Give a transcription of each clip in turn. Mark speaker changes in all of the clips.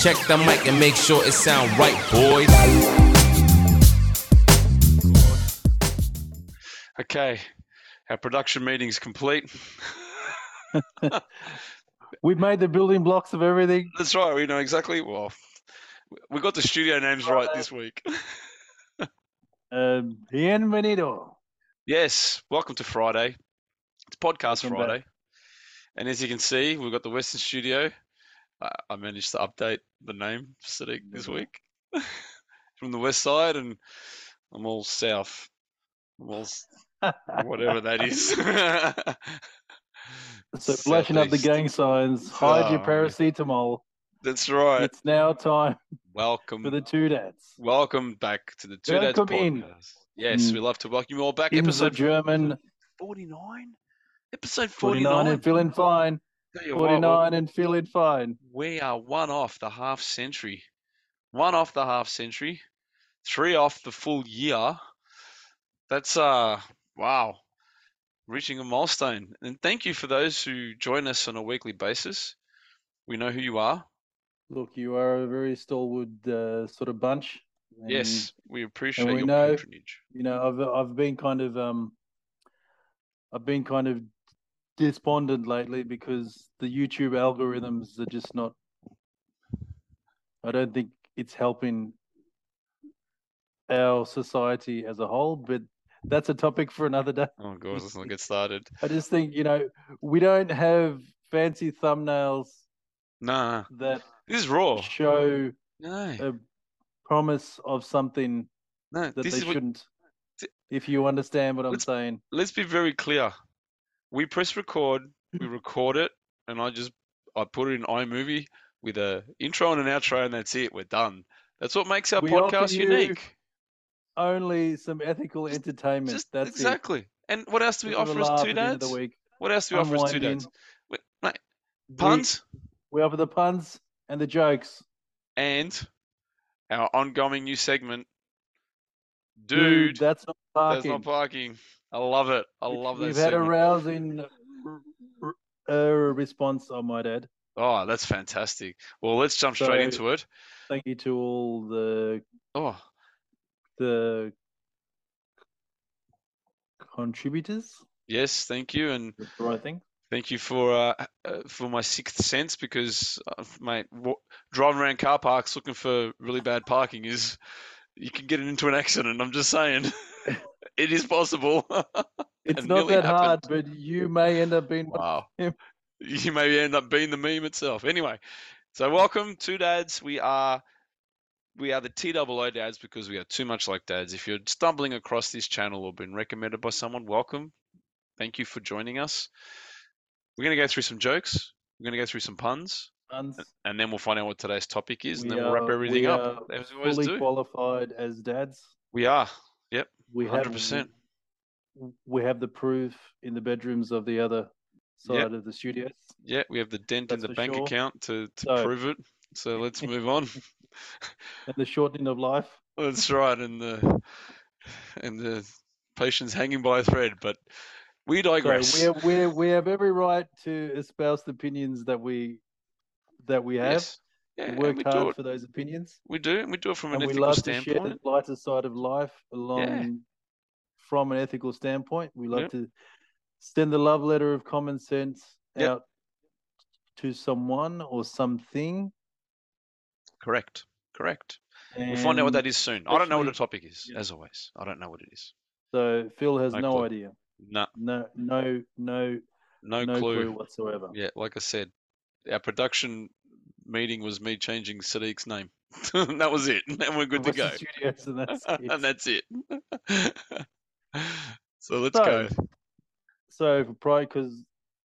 Speaker 1: Check the mic and make sure it sound right, boys.
Speaker 2: Okay, our production meeting's complete.
Speaker 3: We've made the building blocks of everything.
Speaker 2: That's right. We know exactly. Well, we got the studio names right this week.
Speaker 3: Um, bienvenido.
Speaker 2: Yes, welcome to Friday. It's podcast
Speaker 3: Welcome back.
Speaker 2: Friday, and as you can see, we've got the Western Studio. I I managed to update the name for Sadiq this
Speaker 3: Yeah.
Speaker 2: week from the West Side, and I'm all South. I'm all s- whatever that is.
Speaker 3: So flashing up the
Speaker 2: Southeast.
Speaker 3: gang signs. Hide your
Speaker 2: Oh, yeah.
Speaker 3: paracetamol.
Speaker 2: That's right.
Speaker 3: It's now time
Speaker 2: Welcome
Speaker 3: for the two dads.
Speaker 2: Welcome back to the Two Dads
Speaker 3: Welcome in.
Speaker 2: podcast. Yes,
Speaker 3: Mm.
Speaker 2: we love to welcome you all back.
Speaker 3: In for
Speaker 2: episode
Speaker 3: German,
Speaker 2: 49? Episode 49.
Speaker 3: 49 and feeling fine.
Speaker 2: Tell you what, we're-
Speaker 3: 49 and feeling fine.
Speaker 2: we are one off the half century. One off the half century. Three off the full year. That's, uh, wow. Reaching a milestone. And thank you for those who join us on a weekly basis. We know who you are.
Speaker 3: Look, you are a very stalwart uh, sort of bunch. and,
Speaker 2: yes, we appreciate
Speaker 3: we
Speaker 2: your
Speaker 3: know-
Speaker 2: patronage.
Speaker 3: You know, I've I've been kind of um, I've been kind of despondent lately because the YouTube algorithms are just not. I don't think it's helping our society as a whole, but that's a topic for another day.
Speaker 2: Oh, God, let's not get started.
Speaker 3: I just think you know we don't have fancy thumbnails
Speaker 2: Nah,
Speaker 3: that
Speaker 2: this is raw.
Speaker 3: show
Speaker 2: No.
Speaker 3: a promise of something
Speaker 2: No,
Speaker 3: Uh, that
Speaker 2: this
Speaker 3: they
Speaker 2: is what,
Speaker 3: shouldn't.
Speaker 2: Th-
Speaker 3: If you understand what I'm
Speaker 2: Let's-
Speaker 3: saying,
Speaker 2: let's be very clear. We press record,
Speaker 3: Hmm.
Speaker 2: we record it, and I just I put it in iMovie with a intro and an outro, and that's it. We're done. That's what makes our
Speaker 3: We offer
Speaker 2: podcast
Speaker 3: you
Speaker 2: unique.
Speaker 3: only some ethical
Speaker 2: Just-
Speaker 3: entertainment.
Speaker 2: Just
Speaker 3: That's it.
Speaker 2: exactly. And what else do we
Speaker 3: Bit of a
Speaker 2: offer as
Speaker 3: laugh
Speaker 2: two
Speaker 3: at the end of
Speaker 2: dads?
Speaker 3: The week.
Speaker 2: What else do we offer as two dads?
Speaker 3: Unwinding.
Speaker 2: We- mate,
Speaker 3: We-
Speaker 2: puns
Speaker 3: We, offer the puns and the jokes.
Speaker 2: and our ongoing new segment,
Speaker 3: Dude,
Speaker 2: dude.
Speaker 3: that's not
Speaker 2: that's
Speaker 3: parking.
Speaker 2: not parking. I love it. I
Speaker 3: Which
Speaker 2: love that
Speaker 3: We've had a
Speaker 2: segment.
Speaker 3: rousing r- r- uh, response, I might add.
Speaker 2: Oh, that's fantastic. Well, let's jump straight
Speaker 3: So-
Speaker 2: into it.
Speaker 3: Thank you to all the
Speaker 2: Oh,
Speaker 3: the contributors.
Speaker 2: yes, thank you, and
Speaker 3: That's the right thing.
Speaker 2: thank you for uh, h- uh, for my sixth sense because, uh, mate, wa- driving around car parks looking for really bad parking is you can get into an accident. I'm just saying, it is possible.
Speaker 3: It's
Speaker 2: It
Speaker 3: not
Speaker 2: nearly
Speaker 3: that hard, but you may end up being.
Speaker 2: Wow.
Speaker 3: Yep.
Speaker 2: You may end up being the meme itself. Anyway, so welcome to dads. We are we are the TWO dads because we are too much like dads. If you're stumbling across this channel or been recommended by someone, welcome. Thank you for joining us. We're gonna go through some jokes. We're gonna go through some puns,
Speaker 3: Puns.
Speaker 2: and then we'll find out what today's topic is, and
Speaker 3: We
Speaker 2: then we'll wrap
Speaker 3: are-
Speaker 2: everything
Speaker 3: we
Speaker 2: up.
Speaker 3: are
Speaker 2: As we always
Speaker 3: Fully
Speaker 2: do.
Speaker 3: qualified as dads.
Speaker 2: We are.
Speaker 3: We have
Speaker 2: 100%.
Speaker 3: w- We have the proof in the bedrooms of the other side
Speaker 2: Yep.
Speaker 3: of the studios.
Speaker 2: Yeah, we have the dent
Speaker 3: That's
Speaker 2: in
Speaker 3: for
Speaker 2: the bank
Speaker 3: sure.
Speaker 2: account to, to
Speaker 3: So-
Speaker 2: prove it. So let's move on.
Speaker 3: And the shortening of life.
Speaker 2: That's right, and the and the patient's hanging by a thread. But we digress.
Speaker 3: So we have, we have every right to espouse the opinions that we that we have.
Speaker 2: yes, yeah,
Speaker 3: we
Speaker 2: and
Speaker 3: work
Speaker 2: we do
Speaker 3: hard
Speaker 2: it.
Speaker 3: for those opinions,
Speaker 2: We do, and we do it from an
Speaker 3: and we
Speaker 2: ethical
Speaker 3: love to share
Speaker 2: standpoint.
Speaker 3: the lighter side of life along from an ethical standpoint. We love
Speaker 2: Yep.
Speaker 3: to send the love letter of common sense
Speaker 2: Yep.
Speaker 3: out to someone or something.
Speaker 2: Correct, correct. We'll find out what
Speaker 3: and-
Speaker 2: that is soon. I don't know what the
Speaker 3: especially-
Speaker 2: topic is,
Speaker 3: yeah.
Speaker 2: as always. I don't know what it is.
Speaker 3: So Phil has
Speaker 2: No
Speaker 3: no,
Speaker 2: clue.
Speaker 3: idea.
Speaker 2: No,
Speaker 3: No, no, no,
Speaker 2: no,
Speaker 3: no,
Speaker 2: clue.
Speaker 3: clue. whatsoever.
Speaker 2: Yeah, like I said, our production meeting was me changing Sadiq's name. that was it, and we're good to
Speaker 3: Western
Speaker 2: go.
Speaker 3: Studios and that's it.
Speaker 2: and that's it. so let's
Speaker 3: So,
Speaker 2: go.
Speaker 3: so for pride, because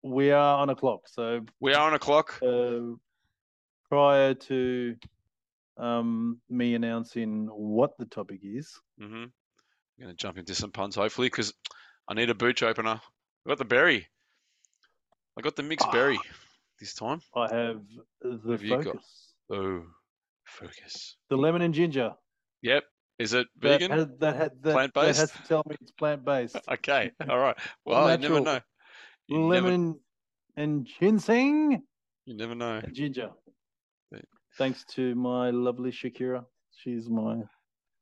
Speaker 3: we are on a clock. So
Speaker 2: We are on a clock.
Speaker 3: uh, prior to um, me announcing what the topic is,
Speaker 2: Mm-hmm. I'm going to jump into some puns, hopefully, because I need a booch opener. I got the berry. I got the mixed
Speaker 3: Ah.
Speaker 2: berry this time.
Speaker 3: I have the
Speaker 2: Have you got-
Speaker 3: focus,
Speaker 2: Oh, focus.
Speaker 3: the lemon and ginger.
Speaker 2: Yep. Is it
Speaker 3: That
Speaker 2: vegan?
Speaker 3: has- That, ha- that, that,
Speaker 2: Plant-based?
Speaker 3: has to tell me it's plant based.
Speaker 2: Okay. All right. Well, you never
Speaker 3: natural.
Speaker 2: know. You never,
Speaker 3: lemon and ginseng
Speaker 2: you never know.
Speaker 3: and ginger. Thanks to my lovely Shakira. She's my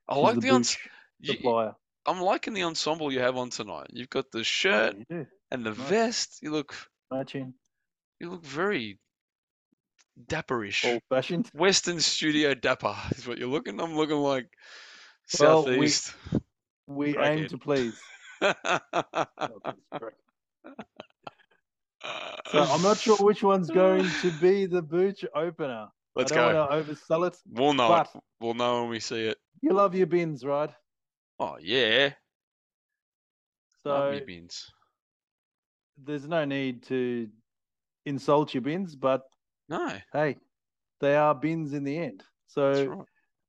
Speaker 2: I
Speaker 3: she's
Speaker 2: like the, ens-
Speaker 3: boosh
Speaker 2: you-
Speaker 3: supplier.
Speaker 2: I'm liking the ensemble you have on tonight. You've got the shirt
Speaker 3: You do.
Speaker 2: and the
Speaker 3: nice.
Speaker 2: vest. You look
Speaker 3: Matching.
Speaker 2: you look very dapperish.
Speaker 3: Old fashioned.
Speaker 2: Western studio dapper is what you're looking. I'm looking like
Speaker 3: Well, we-
Speaker 2: southeast.
Speaker 3: We
Speaker 2: Crackhead.
Speaker 3: aim to please. Oh, that's great. So I'm not sure which one's going to be the booch opener.
Speaker 2: Let's
Speaker 3: I don't
Speaker 2: go. Oh,
Speaker 3: want to oversell it,
Speaker 2: We'll know
Speaker 3: but
Speaker 2: it. We'll know when we see it.
Speaker 3: you love your bins, right?
Speaker 2: Oh yeah. Love me
Speaker 3: So
Speaker 2: beans.
Speaker 3: there's no need to insult your bins, but
Speaker 2: No,
Speaker 3: hey, they are bins in the end.
Speaker 2: that's
Speaker 3: So
Speaker 2: right.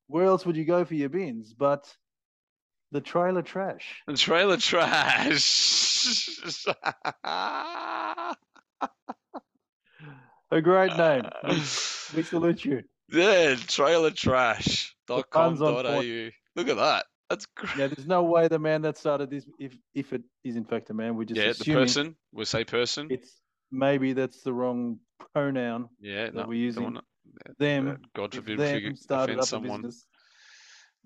Speaker 3: where else would you go for your bins but the trailer trash?
Speaker 2: The trailer trash. yeah,
Speaker 3: A great name. We, we salute you.
Speaker 2: trailer trash. Dot com
Speaker 3: pun's on
Speaker 2: dot au. Look at that. That's great.
Speaker 3: Yeah, there's no way the man that started this, if if it is in fact a man, we're just
Speaker 2: Yeah, the
Speaker 3: assuming
Speaker 2: person. We'll say person.
Speaker 3: it's maybe that's the wrong pronoun.
Speaker 2: Yeah, no.
Speaker 3: that we're using
Speaker 2: don't wanna-
Speaker 3: Them,
Speaker 2: uh, God
Speaker 3: if
Speaker 2: forbid we
Speaker 3: them started
Speaker 2: offend
Speaker 3: up a
Speaker 2: someone.
Speaker 3: business.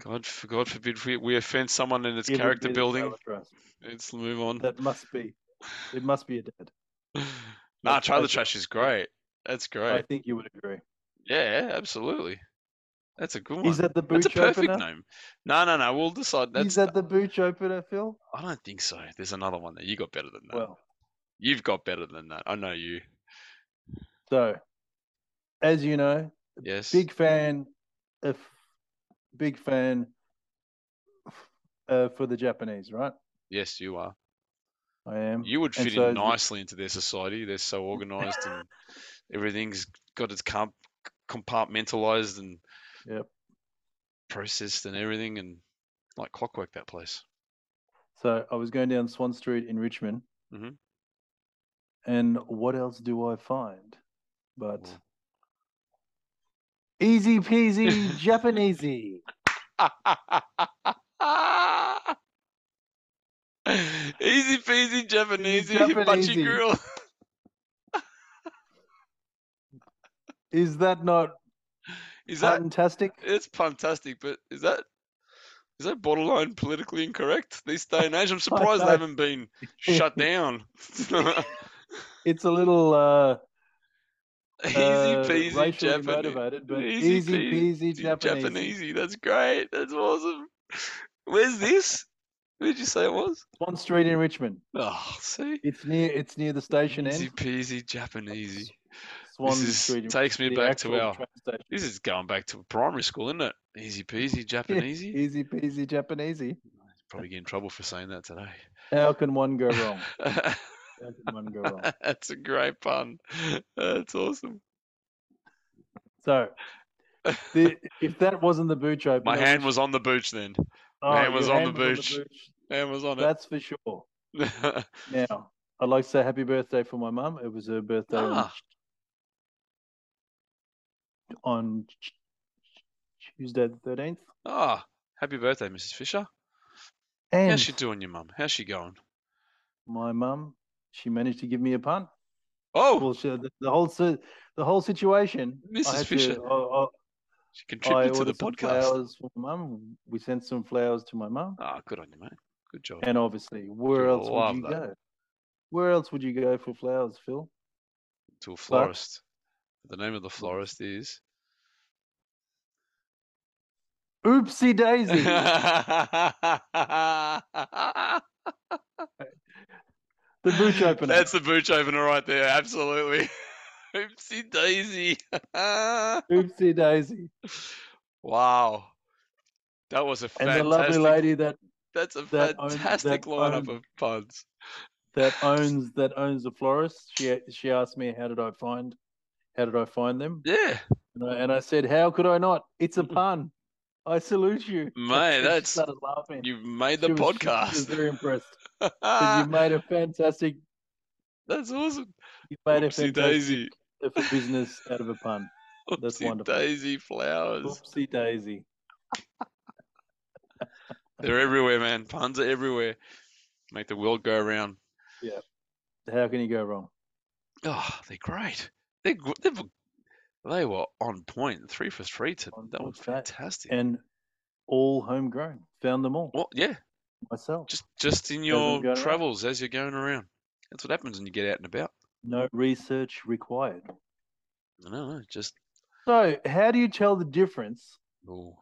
Speaker 2: God, for God forbid we, we offend someone in its
Speaker 3: it would
Speaker 2: character
Speaker 3: be the
Speaker 2: building.
Speaker 3: trailer trash.
Speaker 2: Let's move on.
Speaker 3: That must be. It must be a dad.
Speaker 2: nah,
Speaker 3: that's
Speaker 2: trailer
Speaker 3: basically-
Speaker 2: trash is great. That's
Speaker 3: I
Speaker 2: great.
Speaker 3: think you would agree.
Speaker 2: Yeah, absolutely. That's a good one.
Speaker 3: Is that the
Speaker 2: That's
Speaker 3: booch
Speaker 2: a perfect
Speaker 3: opener?
Speaker 2: name. No, no, no. We'll decide. That's
Speaker 3: Is that the booch opener, Phil?
Speaker 2: I don't think so. There's another one that you got better than that.
Speaker 3: Well,
Speaker 2: You've got better than that. I know you.
Speaker 3: so as you know,
Speaker 2: Yes.
Speaker 3: big fan, if big fan uh, for the Japanese, right?
Speaker 2: Yes, you are.
Speaker 3: I am.
Speaker 2: You would
Speaker 3: and
Speaker 2: fit
Speaker 3: so
Speaker 2: in
Speaker 3: is the-
Speaker 2: nicely into their society. They're so organized and everything's got its comp- compartmentalized and
Speaker 3: Yep.
Speaker 2: processed and everything and like clockwork that place.
Speaker 3: So I was going down Swan Street in Richmond,
Speaker 2: Mhm.
Speaker 3: and what else do I find? But
Speaker 2: Well.
Speaker 3: easy peasy Japanesey.
Speaker 2: Easy peasy Japanese
Speaker 3: Japanesey.
Speaker 2: hibachi grill.
Speaker 3: Is that not
Speaker 2: Is
Speaker 3: Um,
Speaker 2: that
Speaker 3: fantastic?
Speaker 2: It's fantastic, but is that is that borderline politically incorrect these day and age? I'm surprised
Speaker 3: know.
Speaker 2: they haven't been shut down. Easy
Speaker 3: It's a little uh, uh,
Speaker 2: peasy
Speaker 3: racially
Speaker 2: Japanese.
Speaker 3: motivated, but
Speaker 2: Easy
Speaker 3: easy, peasy, Japanese.
Speaker 2: Japanesey, That's great. That's awesome. Where's this? Where'd you say it was?
Speaker 3: Swan Street in Richmond.
Speaker 2: Oh, see.
Speaker 3: It's near. It's near the station
Speaker 2: Easy
Speaker 3: end.
Speaker 2: peasy Japanesey.
Speaker 3: Swan
Speaker 2: is-
Speaker 3: Street in-
Speaker 2: takes me
Speaker 3: the
Speaker 2: back to
Speaker 3: actual
Speaker 2: our-
Speaker 3: train station.
Speaker 2: This is going back to primary school, isn't it? Easy peasy Japanesey.
Speaker 3: Easy peasy Japanesey.
Speaker 2: Probably get in trouble for saying that today.
Speaker 3: How can one go wrong? How can one go wrong?
Speaker 2: That's a great pun. That's awesome.
Speaker 3: So, the, if that wasn't the booch opener,
Speaker 2: My hand
Speaker 3: which-
Speaker 2: was on the booch then.
Speaker 3: oh,
Speaker 2: hand was
Speaker 3: your
Speaker 2: on the
Speaker 3: was
Speaker 2: Hand was on it.
Speaker 3: That's for sure.
Speaker 2: ah,
Speaker 3: Now, I'd like to say happy birthday for my mum. It was her birthday on
Speaker 2: Ah.
Speaker 3: Ch- on Ch- Tuesday the thirteenth.
Speaker 2: Ah, happy birthday, Mrs. Fisher.
Speaker 3: And
Speaker 2: How's she doing, your mum? How's she going?
Speaker 3: my mum, she managed to give me a punt.
Speaker 2: Oh,
Speaker 3: Well, she, the, the whole si- the whole situation. I
Speaker 2: Mrs.
Speaker 3: had
Speaker 2: Fisher
Speaker 3: to, I- I-
Speaker 2: she
Speaker 3: I
Speaker 2: contributed to the
Speaker 3: ordered some
Speaker 2: podcast.
Speaker 3: flowers for my mum. We sent some flowers to my mum,
Speaker 2: Ah, good on you, mate. Good job.
Speaker 3: and obviously, where
Speaker 2: You'll
Speaker 3: else would
Speaker 2: love
Speaker 3: you
Speaker 2: that.
Speaker 3: go? Where else would you go for flowers, Phil?
Speaker 2: to a florist. The name of the florist is.
Speaker 3: Oopsie Daisy. the
Speaker 2: That's
Speaker 3: booch opener.
Speaker 2: the booch opener right there. Absolutely. Oopsie daisy.
Speaker 3: Oopsie Daisy.
Speaker 2: Wow. That was a
Speaker 3: And
Speaker 2: fantastic,
Speaker 3: the lovely lady that
Speaker 2: that's a
Speaker 3: that owned-
Speaker 2: fantastic
Speaker 3: that
Speaker 2: lineup
Speaker 3: owned-
Speaker 2: of puns.
Speaker 3: that owns that owns the florist. She she asked me how did I find how did I find them,
Speaker 2: Yeah,
Speaker 3: and I, and I said how could I not? It's a pun. I salute you. And
Speaker 2: Mate,
Speaker 3: she
Speaker 2: that's-
Speaker 3: started laughing.
Speaker 2: you've made the
Speaker 3: She was- she was
Speaker 2: podcast.
Speaker 3: very impressed. Said, you made a fantastic.
Speaker 2: that's awesome.
Speaker 3: You made a
Speaker 2: Oopsie
Speaker 3: fantastic
Speaker 2: daisy.
Speaker 3: of a business out of a pun. That's
Speaker 2: Oopsie
Speaker 3: wonderful.
Speaker 2: daisy flowers.
Speaker 3: Oopsie Daisy.
Speaker 2: They're everywhere, man. Puns are everywhere. Make the world go around.
Speaker 3: How can you go wrong?
Speaker 2: Oh, they're great. They're, gr- they're They were on point, three for three. To,
Speaker 3: On
Speaker 2: that was
Speaker 3: point, that-
Speaker 2: fantastic.
Speaker 3: and all homegrown. Found them all
Speaker 2: well, yeah,
Speaker 3: myself.
Speaker 2: just just in
Speaker 3: them
Speaker 2: your
Speaker 3: going around.
Speaker 2: travels as you're going around. That's what happens when you get out and about.
Speaker 3: No research required.
Speaker 2: I don't know, just
Speaker 3: So, how do you tell the difference
Speaker 2: oh,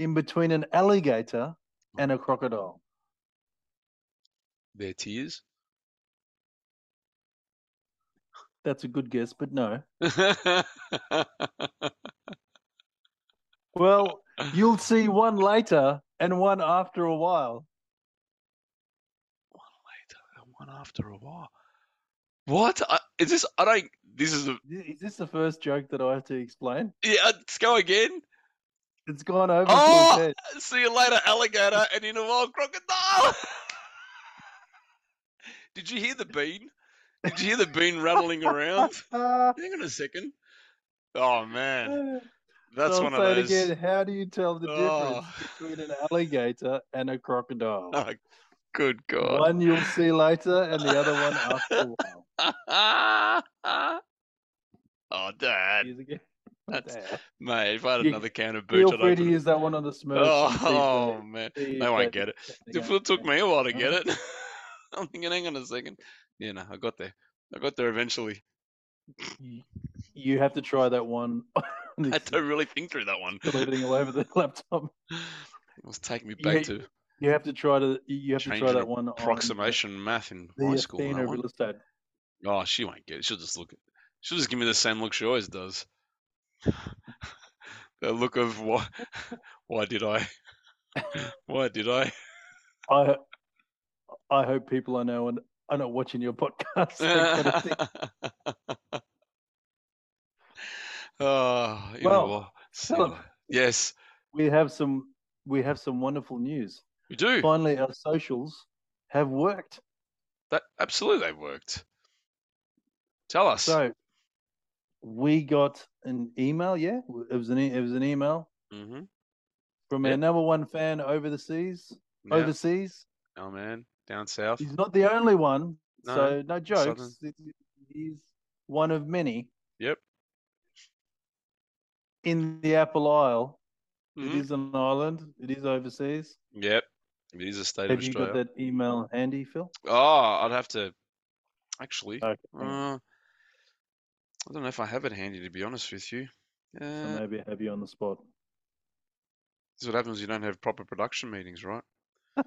Speaker 3: in between an alligator and a crocodile?
Speaker 2: their tears.
Speaker 3: That's a good guess, but no.
Speaker 2: yeah,
Speaker 3: Well, you'll see one later and one after a while.
Speaker 2: one after a while. What I, is this? I don't. This is a
Speaker 3: Is this the first joke that I have to explain?
Speaker 2: yeah. Let's go again.
Speaker 3: It's gone over.
Speaker 2: Oh!
Speaker 3: To his head.
Speaker 2: See you later, alligator, and in a while, crocodile. Did you hear the bean? Did you hear the bean rattling around?
Speaker 3: Ah,
Speaker 2: Hang on a second. Oh man,
Speaker 3: eh.
Speaker 2: that's
Speaker 3: So
Speaker 2: one
Speaker 3: I'll say
Speaker 2: of those.
Speaker 3: it again. How do you tell the difference
Speaker 2: Oh.
Speaker 3: between an alligator and a crocodile?
Speaker 2: Oh, good God.
Speaker 3: One you'll see later, and the other one after a while.
Speaker 2: oh, Dad,
Speaker 3: Use again.
Speaker 2: That's-
Speaker 3: Damn.
Speaker 2: mate, if I had
Speaker 3: You-
Speaker 2: another can of booch,
Speaker 3: Feel
Speaker 2: I'd
Speaker 3: free to
Speaker 2: open it.
Speaker 3: use that one on the Smurfs. and see if
Speaker 2: Oh,
Speaker 3: they-
Speaker 2: man,
Speaker 3: see
Speaker 2: they
Speaker 3: if
Speaker 2: won't
Speaker 3: they-
Speaker 2: get it.
Speaker 3: they
Speaker 2: It
Speaker 3: go,
Speaker 2: took
Speaker 3: "Okay."
Speaker 2: me a while to get
Speaker 3: Yeah.
Speaker 2: it. I'm thinking, hang on a second. Yeah, no, I got there. I got there eventually.
Speaker 3: You- You have to try that one.
Speaker 2: I had to really think through that one.
Speaker 3: Got everything all over the laptop.
Speaker 2: It was taking me
Speaker 3: You
Speaker 2: back
Speaker 3: hate
Speaker 2: to
Speaker 3: You have to try to. You have to
Speaker 2: Change
Speaker 3: try
Speaker 2: an
Speaker 3: that one. on
Speaker 2: approximation math in
Speaker 3: The
Speaker 2: high school.
Speaker 3: Athena
Speaker 2: That one.
Speaker 3: real estate.
Speaker 2: Oh, she won't get it. She'll just look. She'll just give me the same look she always does. the look of why? Why did I? Why did I?
Speaker 3: I. I hope people I know and are not watching your podcast. That kind of thing.
Speaker 2: oh, you
Speaker 3: Well,
Speaker 2: know what? See
Speaker 3: Philip.
Speaker 2: what- Yes,
Speaker 3: we have some. We have some wonderful news.
Speaker 2: we do.
Speaker 3: Finally, our socials have worked.
Speaker 2: That absolutely they worked. Tell us.
Speaker 3: So we got an email. Yeah, it was an e- it was an email
Speaker 2: mm-hmm.
Speaker 3: from
Speaker 2: Yeah.
Speaker 3: our number one fan over the seas. Overseas,
Speaker 2: Oh man, down south.
Speaker 3: he's not the only one.
Speaker 2: No,
Speaker 3: so no jokes.
Speaker 2: Southern.
Speaker 3: He- He's one of many.
Speaker 2: Yep.
Speaker 3: In the Apple Isle, It
Speaker 2: Mhm.
Speaker 3: is an island. It is overseas.
Speaker 2: Yep, it is a state
Speaker 3: Have
Speaker 2: of
Speaker 3: you
Speaker 2: Australia.
Speaker 3: got that email handy, Phil?
Speaker 2: Oh, I'd have to actually.
Speaker 3: Okay.
Speaker 2: Uh, I don't know if I have it handy to be honest with you.
Speaker 3: so
Speaker 2: Uh,
Speaker 3: maybe I have you on the spot.
Speaker 2: this is what happens. when You don't have proper production meetings, right? If
Speaker 3: Well,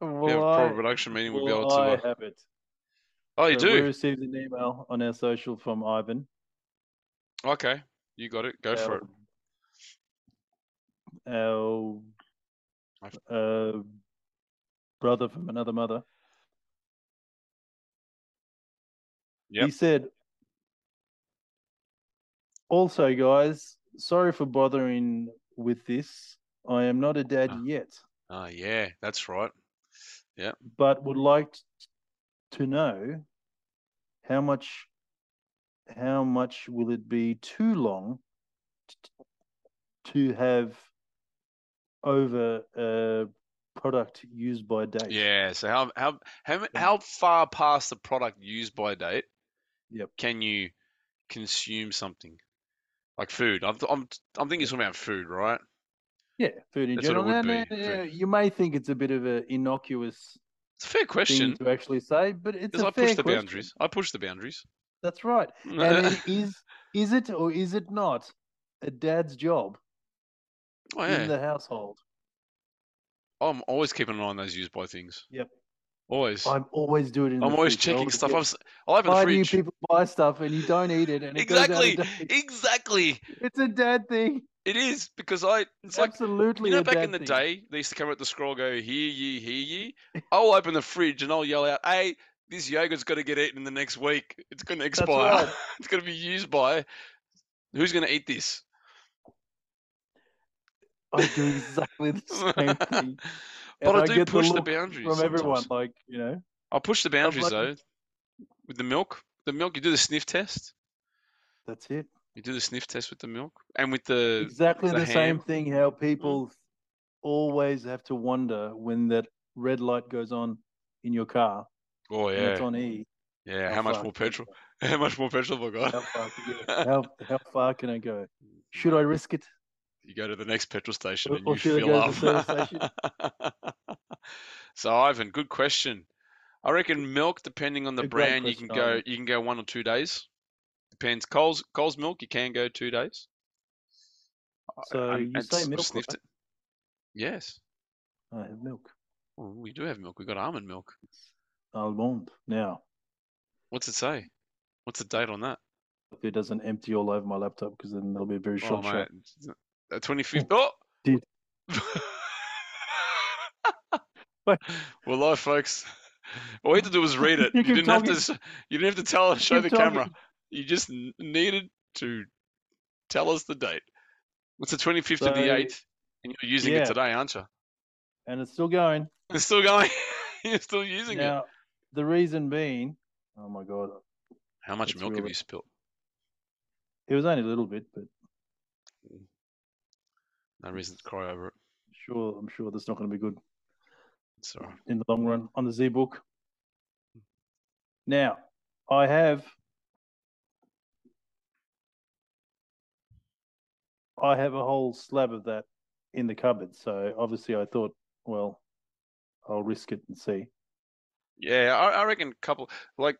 Speaker 2: you have a
Speaker 3: I,
Speaker 2: proper production meeting, we'll be
Speaker 3: well,
Speaker 2: able to.
Speaker 3: I
Speaker 2: Uh,
Speaker 3: have it.
Speaker 2: oh, you
Speaker 3: So We
Speaker 2: do.
Speaker 3: received an email on our social from Ivan.
Speaker 2: Okay, you got it.
Speaker 3: Uh,
Speaker 2: Go for it.
Speaker 3: Our uh, brother from another mother. He
Speaker 2: Yep.
Speaker 3: said, Also, guys, sorry for bothering with this. I am not a dad
Speaker 2: Ah.
Speaker 3: yet,
Speaker 2: Oh, yeah, that's right.
Speaker 3: but would like t- to know how much how much will it be too long t- to have over a product used by date?
Speaker 2: Yeah. So how how how m-
Speaker 3: Yeah.
Speaker 2: how far past the product use by date?
Speaker 3: Yep.
Speaker 2: Can you consume something like food? I'm I'm I'm thinking something about food, right?
Speaker 3: Yeah, food in
Speaker 2: That's what it
Speaker 3: general.
Speaker 2: would
Speaker 3: No, no,
Speaker 2: be,
Speaker 3: no,
Speaker 2: food.
Speaker 3: no, uh, you may think it's a bit of an innocuous
Speaker 2: It's a fair question
Speaker 3: thing to actually say, but it's
Speaker 2: because
Speaker 3: a
Speaker 2: I
Speaker 3: fair
Speaker 2: push the
Speaker 3: question.
Speaker 2: boundaries. I push the boundaries.
Speaker 3: That's right. And it is is it or is it not a dad's job
Speaker 2: Oh,
Speaker 3: in
Speaker 2: yeah.
Speaker 3: the household?
Speaker 2: I'm always keeping an eye on those used by things.
Speaker 3: Yep.
Speaker 2: Always. I'm,
Speaker 3: I always do it. In the
Speaker 2: always
Speaker 3: fridge. I
Speaker 2: checking
Speaker 3: always
Speaker 2: stuff.
Speaker 3: get-
Speaker 2: I'm, s- I'll open the
Speaker 3: Why do you
Speaker 2: fridge.
Speaker 3: people buy stuff and you don't eat it? And it goes out of
Speaker 2: Exactly.
Speaker 3: date?
Speaker 2: Exactly.
Speaker 3: It's a dad thing.
Speaker 2: It is because I. It's like
Speaker 3: Absolutely.
Speaker 2: you know
Speaker 3: a
Speaker 2: back
Speaker 3: dad
Speaker 2: in the
Speaker 3: thing.
Speaker 2: day they used to come out the scroll go hear ye hear ye. I'll open the fridge and I'll yell out, "Hey, this yogurt's got to get eaten in the next week. It's going to expire.
Speaker 3: right.
Speaker 2: it's going to be used by. Who's going to eat this?"
Speaker 3: I do exactly the same
Speaker 2: but
Speaker 3: thing. And
Speaker 2: I, do
Speaker 3: get the
Speaker 2: push the,
Speaker 3: look
Speaker 2: boundaries
Speaker 3: from everyone.
Speaker 2: sometimes.
Speaker 3: Like you know,
Speaker 2: I'll push the boundaries
Speaker 3: like-
Speaker 2: though. With the milk, the milk, you do the sniff test.
Speaker 3: that's it.
Speaker 2: You do the sniff test with the milk and with the
Speaker 3: exactly
Speaker 2: the
Speaker 3: the, same
Speaker 2: ham. Mm.
Speaker 3: thing how people always have to wonder when that red light goes on in your car
Speaker 2: oh
Speaker 3: and it's
Speaker 2: yeah
Speaker 3: on E.
Speaker 2: oh, yeah
Speaker 3: how
Speaker 2: how much
Speaker 3: far
Speaker 2: more
Speaker 3: can you
Speaker 2: petrol How much more petrol have I
Speaker 3: How
Speaker 2: got?
Speaker 3: far, can I go? how, how far can I go? Should I risk it?
Speaker 2: you go to the next petrol station
Speaker 3: Or-
Speaker 2: and
Speaker 3: or
Speaker 2: you
Speaker 3: should I
Speaker 2: fill
Speaker 3: go to the
Speaker 2: up. so Ivan, good question. I reckon milk, depending on the
Speaker 3: A great
Speaker 2: brand, you can
Speaker 3: question,
Speaker 2: go
Speaker 3: Ivan.
Speaker 2: you can go one or two days. Depends. Coles Coles milk, you can go two days. I-
Speaker 3: So
Speaker 2: I-
Speaker 3: Uh, you
Speaker 2: I
Speaker 3: say
Speaker 2: s-
Speaker 3: milk,
Speaker 2: sniffed
Speaker 3: right?
Speaker 2: it. Yes,
Speaker 3: I have milk.
Speaker 2: Well, we do have milk. We got almond milk.
Speaker 3: Almond. Now,
Speaker 2: What's it say? What's the date on that?
Speaker 3: if it doesn't empty all over my laptop, because then that'll be a very
Speaker 2: Oh,
Speaker 3: short show.
Speaker 2: twenty fifth. uh, Oh,
Speaker 3: Dude. What?
Speaker 2: Well, live, folks. All you had to do was read it.
Speaker 3: You
Speaker 2: You,
Speaker 3: keep
Speaker 2: didn't have to.
Speaker 3: talking.
Speaker 2: s- You didn't have to tell. Show the
Speaker 3: keep
Speaker 2: camera.
Speaker 3: talking.
Speaker 2: You just n- needed to tell us the date. It's the twenty fifth of the
Speaker 3: So,
Speaker 2: eighth, and you're using
Speaker 3: yeah.
Speaker 2: it today, aren't you?
Speaker 3: And it's still going.
Speaker 2: It's still going. you're still using it.
Speaker 3: Now, the reason being, oh my God,
Speaker 2: How much
Speaker 3: that's
Speaker 2: milk have
Speaker 3: really-
Speaker 2: you spilled?
Speaker 3: it was only a little bit, but
Speaker 2: No reason to cry over it.
Speaker 3: sure, I'm sure that's not going to be good
Speaker 2: It's all right.
Speaker 3: in the long run on the Z book. Now, I have, I have a whole slab of that in the cupboard. So obviously, I thought, well, I'll risk it and see.
Speaker 2: Yeah, I, I reckon couple like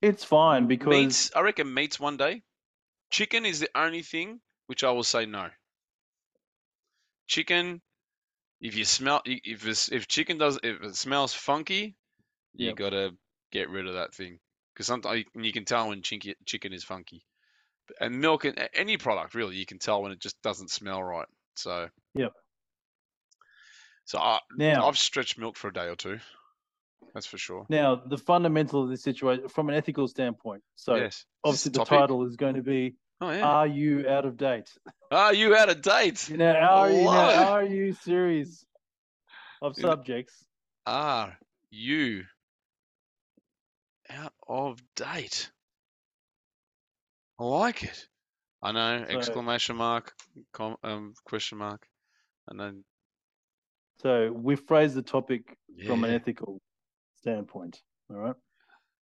Speaker 3: It's fine because
Speaker 2: meats. I reckon meats one day. Chicken is the only thing which I will say no. Chicken, if you smell, i- if it's, if chicken does, if it smells funky, you
Speaker 3: Yep.
Speaker 2: gotta get rid of that thing because sometimes you can tell when chinky, chicken is funky. B- And milk and a- any product really, you can tell when it just doesn't smell right. So.
Speaker 3: Yep.
Speaker 2: So I,
Speaker 3: now
Speaker 2: I've stretched milk for a day or two. That's for sure.
Speaker 3: Now, the fundamental of this situation, from an ethical standpoint, so
Speaker 2: yes. This
Speaker 3: obviously
Speaker 2: is
Speaker 3: the
Speaker 2: topic.
Speaker 3: title is going to be
Speaker 2: Oh yeah.
Speaker 3: "Are You Out of Date?"
Speaker 2: Ah, you out of date.
Speaker 3: You know, are you
Speaker 2: Whoa.
Speaker 3: now, are you series of
Speaker 2: You know-
Speaker 3: subjects?
Speaker 2: Are you out of date? I like it. I know!
Speaker 3: So-
Speaker 2: Exclamation mark, com, um, question mark, and then
Speaker 3: So we phrase the topic from an
Speaker 2: yeah.
Speaker 3: ethical standpoint. All right.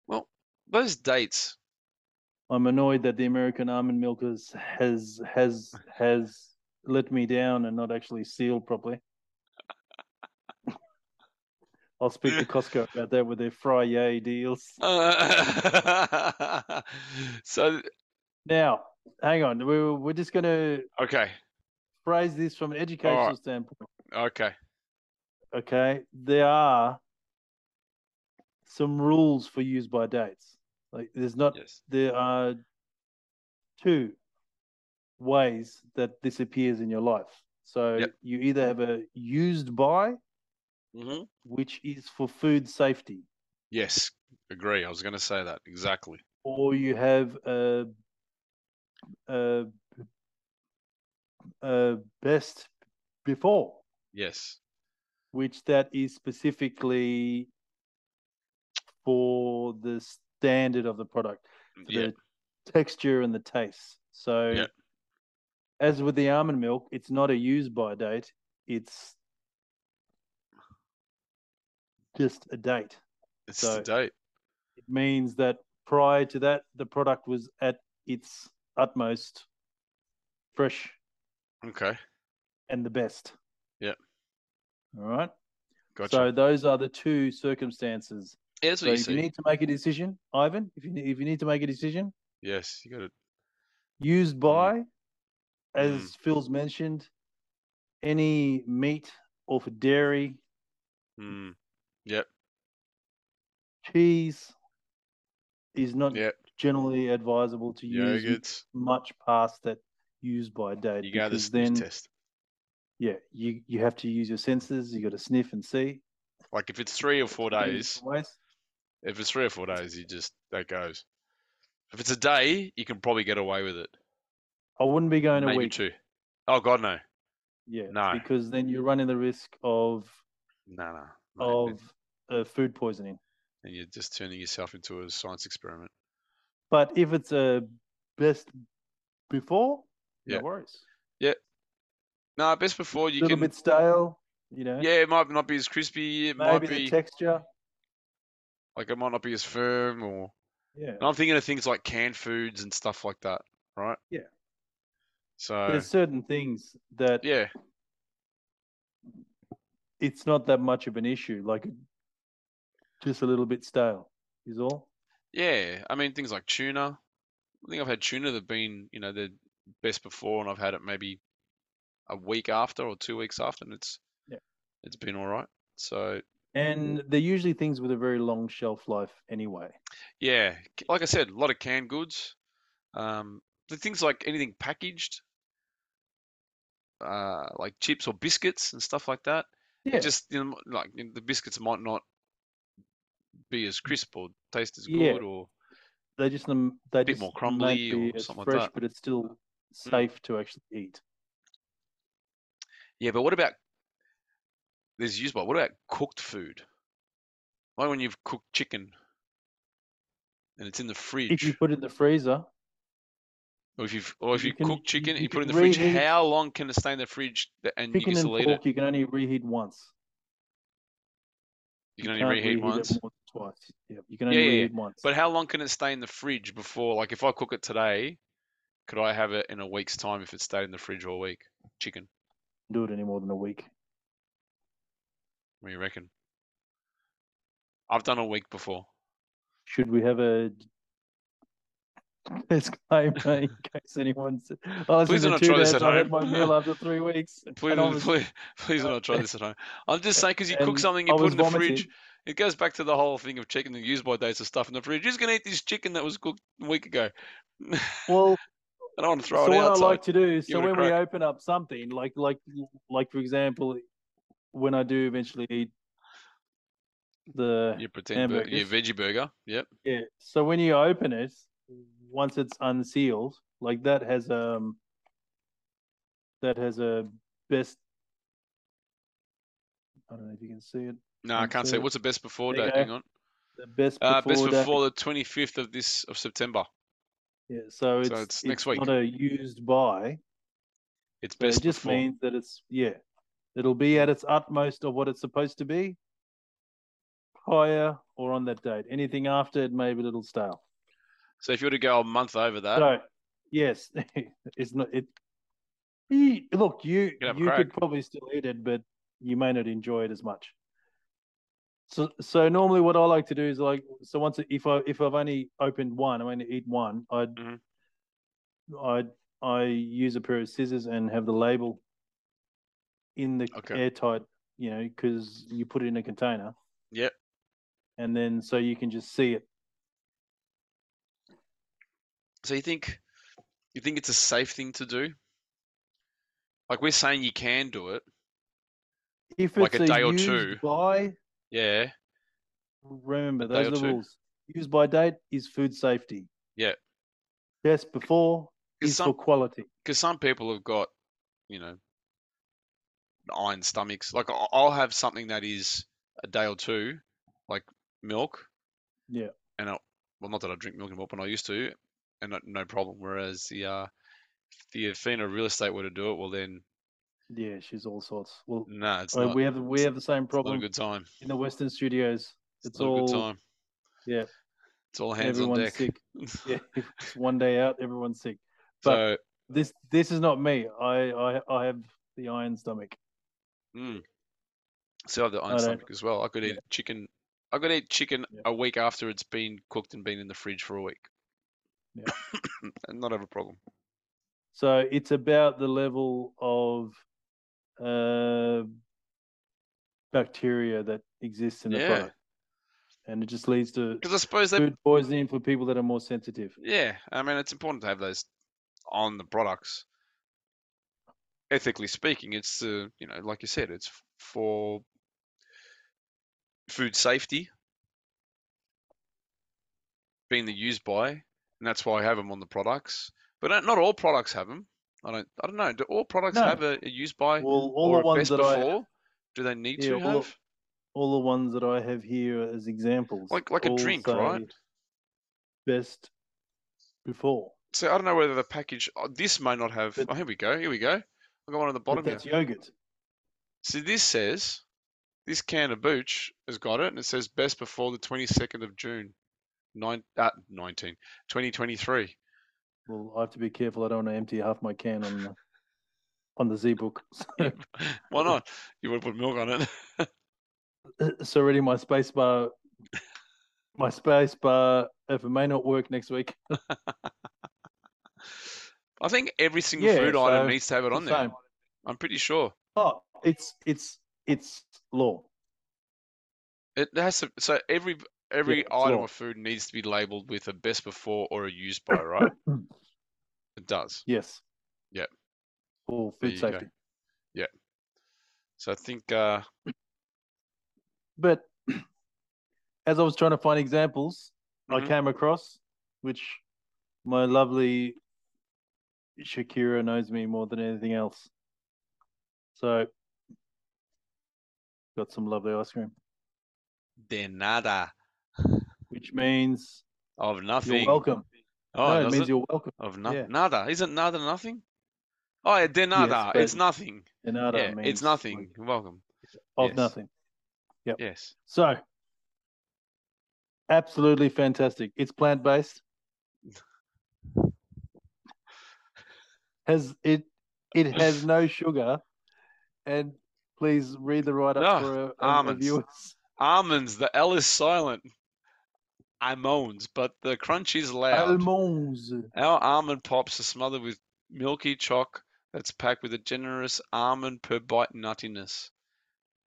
Speaker 2: Well, those dates.
Speaker 3: I'm annoyed that the American almond milk has has has has let me down and not actually sealed properly. I'll speak to Costco about that with their fry yay deals.
Speaker 2: so
Speaker 3: Now, hang on. We're, we're just going to
Speaker 2: okay,
Speaker 3: phrase this from an educational standpoint.
Speaker 2: okay.
Speaker 3: Okay. There are some rules for use by dates. Like, there's not,
Speaker 2: Yes.
Speaker 3: there are two ways that this appears in your life. So
Speaker 2: Yep.
Speaker 3: you either have a used by, Mm-hmm.
Speaker 2: hmm
Speaker 3: which is for food safety,
Speaker 2: Yes, agree. I was going to say that exactly.
Speaker 3: or you have a, a, a best before.
Speaker 2: Yes.
Speaker 3: which that is specifically for the standard of the product, for
Speaker 2: Yeah.
Speaker 3: the texture and the taste. So,
Speaker 2: Yeah.
Speaker 3: as with the almond milk, it's not a use by date, it's just a date.
Speaker 2: It's the
Speaker 3: so-
Speaker 2: date.
Speaker 3: It means that prior to that, the product was at its utmost fresh
Speaker 2: Okay.
Speaker 3: and the best.
Speaker 2: Yeah.
Speaker 3: All right.
Speaker 2: Gotcha.
Speaker 3: So, those are the two circumstances.
Speaker 2: yeah, that's
Speaker 3: So
Speaker 2: what you
Speaker 3: if
Speaker 2: see.
Speaker 3: you need to make a decision, Ivan, if you ne- if you need to make a decision,
Speaker 2: yes, you got it.
Speaker 3: used by, as
Speaker 2: Mm.
Speaker 3: Phil's mentioned, any meat or for dairy,
Speaker 2: Mm.
Speaker 3: cheese is not
Speaker 2: Yeah.
Speaker 3: generally advisable to use
Speaker 2: Yogurts.
Speaker 3: much past that used by date.
Speaker 2: You got the
Speaker 3: because
Speaker 2: sniff test.
Speaker 3: yeah, you you have to use your senses. You got to sniff and see.
Speaker 2: Like if it's three or four
Speaker 3: Many
Speaker 2: days,
Speaker 3: different ways.
Speaker 2: if it's three or four days, you just that goes. If it's a day, you can probably get away with it.
Speaker 3: I wouldn't be going a
Speaker 2: Maybe
Speaker 3: week.
Speaker 2: two. Oh God, no,
Speaker 3: Yeah,
Speaker 2: No.
Speaker 3: because then you're running the risk of
Speaker 2: no, no. no.
Speaker 3: of uh, food poisoning.
Speaker 2: And you're just turning yourself into a science experiment.
Speaker 3: But if it's a best before,
Speaker 2: Yeah.
Speaker 3: no worries.
Speaker 2: No, best before
Speaker 3: A
Speaker 2: you
Speaker 3: little
Speaker 2: can.
Speaker 3: bit stale, you know.
Speaker 2: Yeah, it might not be as crispy. It
Speaker 3: maybe
Speaker 2: might
Speaker 3: the
Speaker 2: be
Speaker 3: texture.
Speaker 2: like it might not be as firm, or
Speaker 3: Yeah.
Speaker 2: And I'm thinking of things like canned foods and stuff like that, right?
Speaker 3: Yeah.
Speaker 2: So
Speaker 3: There's certain things that
Speaker 2: yeah,
Speaker 3: it's not that much of an issue, like just a little bit stale is all.
Speaker 2: yeah. I mean things like tuna. I think I've had tuna that've been, you know, the best before, and I've had it maybe a week after or two weeks after, and it's
Speaker 3: Yeah.
Speaker 2: it's been all right. So
Speaker 3: And
Speaker 2: Mm.
Speaker 3: they're usually things with a very long shelf life anyway.
Speaker 2: yeah, c- like I said, a lot of canned goods. Um, the things like anything packaged, uh, like chips or biscuits and stuff like that.
Speaker 3: Yeah.
Speaker 2: just you know, like you know, the biscuits might not be as crisp or taste as good
Speaker 3: Yeah.
Speaker 2: or
Speaker 3: they just um, they
Speaker 2: bit
Speaker 3: just
Speaker 2: more
Speaker 3: might
Speaker 2: crumbly
Speaker 3: be
Speaker 2: or
Speaker 3: as
Speaker 2: something like
Speaker 3: fresh,
Speaker 2: that. Mm.
Speaker 3: but it's still safe to actually eat.
Speaker 2: yeah but what about there's used by what about cooked food like when you've cooked chicken and it's in the
Speaker 3: If you
Speaker 2: fridge
Speaker 3: put it in the freezer,
Speaker 2: or if you've or if
Speaker 3: you
Speaker 2: you,
Speaker 3: can-
Speaker 2: cook chicken
Speaker 3: you
Speaker 2: and you put it in
Speaker 3: can
Speaker 2: the fridge
Speaker 3: reheat-
Speaker 2: how long can it stay in the fridge th- and you can
Speaker 3: chicken and
Speaker 2: still eat
Speaker 3: pork
Speaker 2: it
Speaker 3: you can only reheat once.
Speaker 2: you can only reheat,
Speaker 3: it
Speaker 2: once
Speaker 3: more than twice. Yeah, you can only
Speaker 2: Yeah, yeah, yeah.
Speaker 3: reheat once.
Speaker 2: but how long can it stay in the fridge before like if i cook it today could i have it in a week's time if it stayed in the fridge all week chicken
Speaker 3: do it any more than a week.
Speaker 2: what do you reckon i've done a week before
Speaker 3: Should we have a disclaimer in case "Oh, anyone's? I
Speaker 2: Please
Speaker 3: listened
Speaker 2: do
Speaker 3: to
Speaker 2: not
Speaker 3: two
Speaker 2: try this
Speaker 3: dads.
Speaker 2: at
Speaker 3: I had
Speaker 2: home.
Speaker 3: my meal after three weeks. and
Speaker 2: Please,
Speaker 3: I
Speaker 2: do-
Speaker 3: was-
Speaker 2: please, please do not try this at home. I'm just saying because you cook
Speaker 3: and
Speaker 2: something,
Speaker 3: I
Speaker 2: you put
Speaker 3: was
Speaker 2: in the
Speaker 3: vomiting.
Speaker 2: fridge. It goes back to the whole thing of checking the use by dates of stuff in the fridge. Who's gonna eat this chicken that was cooked a week ago? I
Speaker 3: Well,
Speaker 2: don't want to throw
Speaker 3: so
Speaker 2: it
Speaker 3: what
Speaker 2: outside.
Speaker 3: I like to do is
Speaker 2: Give
Speaker 3: so
Speaker 2: it a
Speaker 3: when we open up something like like like for example, when I do eventually eat the
Speaker 2: Your pretend bur- your
Speaker 3: hamburgers.
Speaker 2: veggie burger. Yep.
Speaker 3: yeah. So when you open it, once it's unsealed, like that has um that has a best. I don't know if you can see it.
Speaker 2: No, I
Speaker 3: And
Speaker 2: can't say.
Speaker 3: so-
Speaker 2: What's the best before
Speaker 3: There you
Speaker 2: date?
Speaker 3: go.
Speaker 2: Hang on.
Speaker 3: The best before.
Speaker 2: Uh, best
Speaker 3: date.
Speaker 2: before the 25th of this of September.
Speaker 3: Yeah. So it's,
Speaker 2: it's next week.
Speaker 3: Not a used by.
Speaker 2: It's
Speaker 3: But
Speaker 2: best
Speaker 3: it just
Speaker 2: before.
Speaker 3: means that it's yeah, it'll be at its utmost of what it's supposed to be. Higher or on that date. Anything after it may be a little stale.
Speaker 2: So if you were to go a month over that,
Speaker 3: So yes, it's not it. Eat- Look, you
Speaker 2: can have a
Speaker 3: you could
Speaker 2: crack.
Speaker 3: probably still eat it, but you may not enjoy it as much. So so normally what I like to do is like so once if I if I've only opened one, I only eat one. I'd
Speaker 2: Mhm. Mm-hmm.
Speaker 3: I'd I use a pair of scissors and have the label in the
Speaker 2: Okay.
Speaker 3: airtight, you know, because you put it in a container.
Speaker 2: Yep.
Speaker 3: And then so you can just see it.
Speaker 2: so you think you think it's a safe thing to do? Like we're saying, you can do it.
Speaker 3: If it's
Speaker 2: Like a
Speaker 3: a
Speaker 2: day or
Speaker 3: used
Speaker 2: two.
Speaker 3: by
Speaker 2: Yeah.
Speaker 3: Remember,
Speaker 2: A day
Speaker 3: those are
Speaker 2: or
Speaker 3: the
Speaker 2: two.
Speaker 3: rules. Use by date is food safety.
Speaker 2: Yeah.
Speaker 3: Best before
Speaker 2: Because
Speaker 3: is
Speaker 2: some,
Speaker 3: for quality.
Speaker 2: cause some people have got, you know, iron stomachs. Like I- I'll have something that is a day or two, like milk.
Speaker 3: Yeah.
Speaker 2: And I, well, not that I drink milk anymore, but I used to, and not, no problem. Whereas the uh, the Athena real estate were to do it, well then,
Speaker 3: Yeah, she's all sorts. Well,
Speaker 2: no, nah, it's
Speaker 3: uh,
Speaker 2: not.
Speaker 3: we have we have the same
Speaker 2: it's not a
Speaker 3: problem
Speaker 2: good time.
Speaker 3: in the Western studios.
Speaker 2: It's,
Speaker 3: It's
Speaker 2: not a good
Speaker 3: all
Speaker 2: time.
Speaker 3: yeah.
Speaker 2: It's all hands on
Speaker 3: everyone's
Speaker 2: deck.
Speaker 3: sick. Yeah, if it's one day out, everyone's sick.
Speaker 2: so,
Speaker 3: This this is not me. I I, I have the iron stomach.
Speaker 2: mm, so I have the
Speaker 3: I
Speaker 2: iron
Speaker 3: don't-
Speaker 2: stomach as well. I could
Speaker 3: yeah.
Speaker 2: eat chicken. I could eat chicken
Speaker 3: Yeah.
Speaker 2: a week after it's been cooked and been in the fridge for a week.
Speaker 3: Yeah.
Speaker 2: and not have a problem.
Speaker 3: So it's about the level of uh, bacteria that exists in the
Speaker 2: Yeah.
Speaker 3: product, and it just leads to
Speaker 2: Because I suppose that,
Speaker 3: food poisoning for people that are more sensitive.
Speaker 2: yeah, I mean, it's important to have those on the products. Ethically speaking, it's, uh, you know, like you said, it's f- for food safety, being the used by, and that's why I have them on the products. But not- not all products have them. I don't, I don't know. Do all products
Speaker 3: No.
Speaker 2: have a, a used by
Speaker 3: Well, all
Speaker 2: or
Speaker 3: the
Speaker 2: a
Speaker 3: ones
Speaker 2: best
Speaker 3: that I
Speaker 2: before? Do they need
Speaker 3: Yeah,
Speaker 2: to
Speaker 3: all-
Speaker 2: have?
Speaker 3: all the ones that I have here as examples,
Speaker 2: Like- like a
Speaker 3: all
Speaker 2: drink, right?
Speaker 3: say Best before.
Speaker 2: So I don't know whether the package. Oh, this may not have.
Speaker 3: But-
Speaker 2: oh, here we go. Here we go. I got one on the
Speaker 3: But
Speaker 2: bottom here.
Speaker 3: that's yogurt.
Speaker 2: So this says this can of booch has got it, and it says best before the 22nd of June, nine, uh, 19, 2023.
Speaker 3: Well, I have to be careful. I don't want to empty half my can on the on the Z book. So
Speaker 2: Why not? You would put milk on it.
Speaker 3: it's already my space bar. My space bar. If it may not work next week,
Speaker 2: I think every single
Speaker 3: Yeah,
Speaker 2: food item
Speaker 3: so
Speaker 2: needs to have it on there.
Speaker 3: Same.
Speaker 2: I'm pretty sure.
Speaker 3: Oh, it's it's it's law.
Speaker 2: It has to, so every every
Speaker 3: it's
Speaker 2: item
Speaker 3: law.
Speaker 2: of food needs to be labeled with a best before or a use by, right? it does.
Speaker 3: Yes.
Speaker 2: Yep.
Speaker 3: All
Speaker 2: There
Speaker 3: food
Speaker 2: you go.
Speaker 3: safety.
Speaker 2: So I think uh,
Speaker 3: But as I was trying to find examples, I
Speaker 2: Mhm.
Speaker 3: came across, which my lovely Shakira knows me more than anything else. So got some lovely ice cream,
Speaker 2: de nada
Speaker 3: which means
Speaker 2: of nothing.
Speaker 3: you're welcome.
Speaker 2: Oh,
Speaker 3: no, it
Speaker 2: does
Speaker 3: means
Speaker 2: it?
Speaker 3: you're welcome.
Speaker 2: of no-
Speaker 3: yeah.
Speaker 2: nada. Isn't nada nothing? Oh, yeah, de nada.
Speaker 3: but-
Speaker 2: it's nothing.
Speaker 3: Nada
Speaker 2: yeah,
Speaker 3: means
Speaker 2: it's nothing. Welcome.
Speaker 3: Of
Speaker 2: Yes.
Speaker 3: nothing.
Speaker 2: Yes.
Speaker 3: So absolutely fantastic. It's plant based. Has it it has no sugar. And please read the write
Speaker 2: No,
Speaker 3: up for our- our, our
Speaker 2: Ah, almonds.
Speaker 3: viewers.
Speaker 2: Almonds. The L is silent. Almonds, but the crunch is loud.
Speaker 3: Almonds.
Speaker 2: Our almond pops are smothered with milky chalk that's packed with a generous almond per bite nuttiness.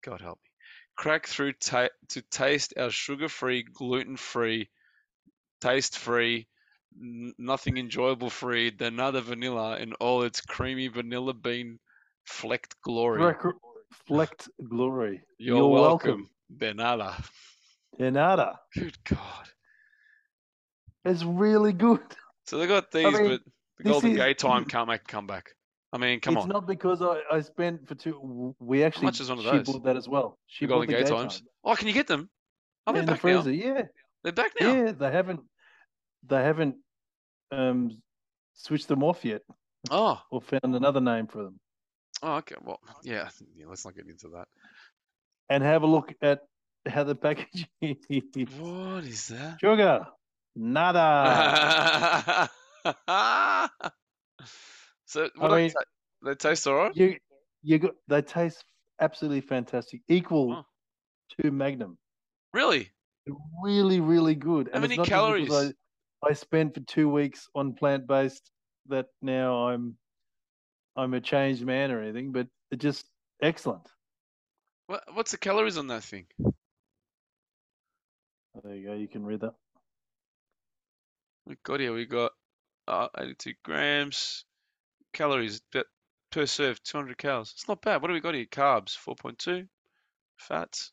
Speaker 2: God help me. Crack through ta- to taste our sugar free, gluten free, taste free, n- nothing enjoyable free, the another vanilla in all its creamy vanilla bean flecked glory.
Speaker 3: Rec- Reflect glory.
Speaker 2: You're,
Speaker 3: You're
Speaker 2: welcome,
Speaker 3: welcome.
Speaker 2: Benalla.
Speaker 3: De nada.
Speaker 2: Good God.
Speaker 3: It's really good.
Speaker 2: So they got these,
Speaker 3: mean,
Speaker 2: but the
Speaker 3: this
Speaker 2: Golden
Speaker 3: is-
Speaker 2: Gate time can't make a comeback. I mean, come
Speaker 3: it's
Speaker 2: on.
Speaker 3: not because I, I spent for two. We actually
Speaker 2: much is one of
Speaker 3: she
Speaker 2: those?
Speaker 3: bought that as well. She
Speaker 2: the
Speaker 3: bought
Speaker 2: Golden
Speaker 3: the
Speaker 2: Gay, Times. Oh, can you get them? Are they
Speaker 3: in the
Speaker 2: Oh, back now?
Speaker 3: freezer. Yeah,
Speaker 2: They're back now.
Speaker 3: yeah. They haven't they haven't um switched them off yet,
Speaker 2: Oh,
Speaker 3: or found another name for them.
Speaker 2: oh, okay. Well, yeah. yeah. Let's not get into that.
Speaker 3: And have a look at how the packaging is.
Speaker 2: What is that?
Speaker 3: Sugar, nada.
Speaker 2: so what Uh, I
Speaker 3: mean-
Speaker 2: they taste all right.
Speaker 3: you you got they taste absolutely fantastic, equal
Speaker 2: Huh.
Speaker 3: to Magnum.
Speaker 2: Really?
Speaker 3: really, really good.
Speaker 2: How many
Speaker 3: it's not just because
Speaker 2: calories?
Speaker 3: I, I spent for two weeks on plant based that now I'm I'm a changed man or anything, but it just excellent.
Speaker 2: What, what's the calories on that thing?
Speaker 3: There you go, you can read that.
Speaker 2: We got here. We got uh, 82 grams calories per- per serve, 200 calories. It's not bad. What do we got here? Carbs, 4.2, fats.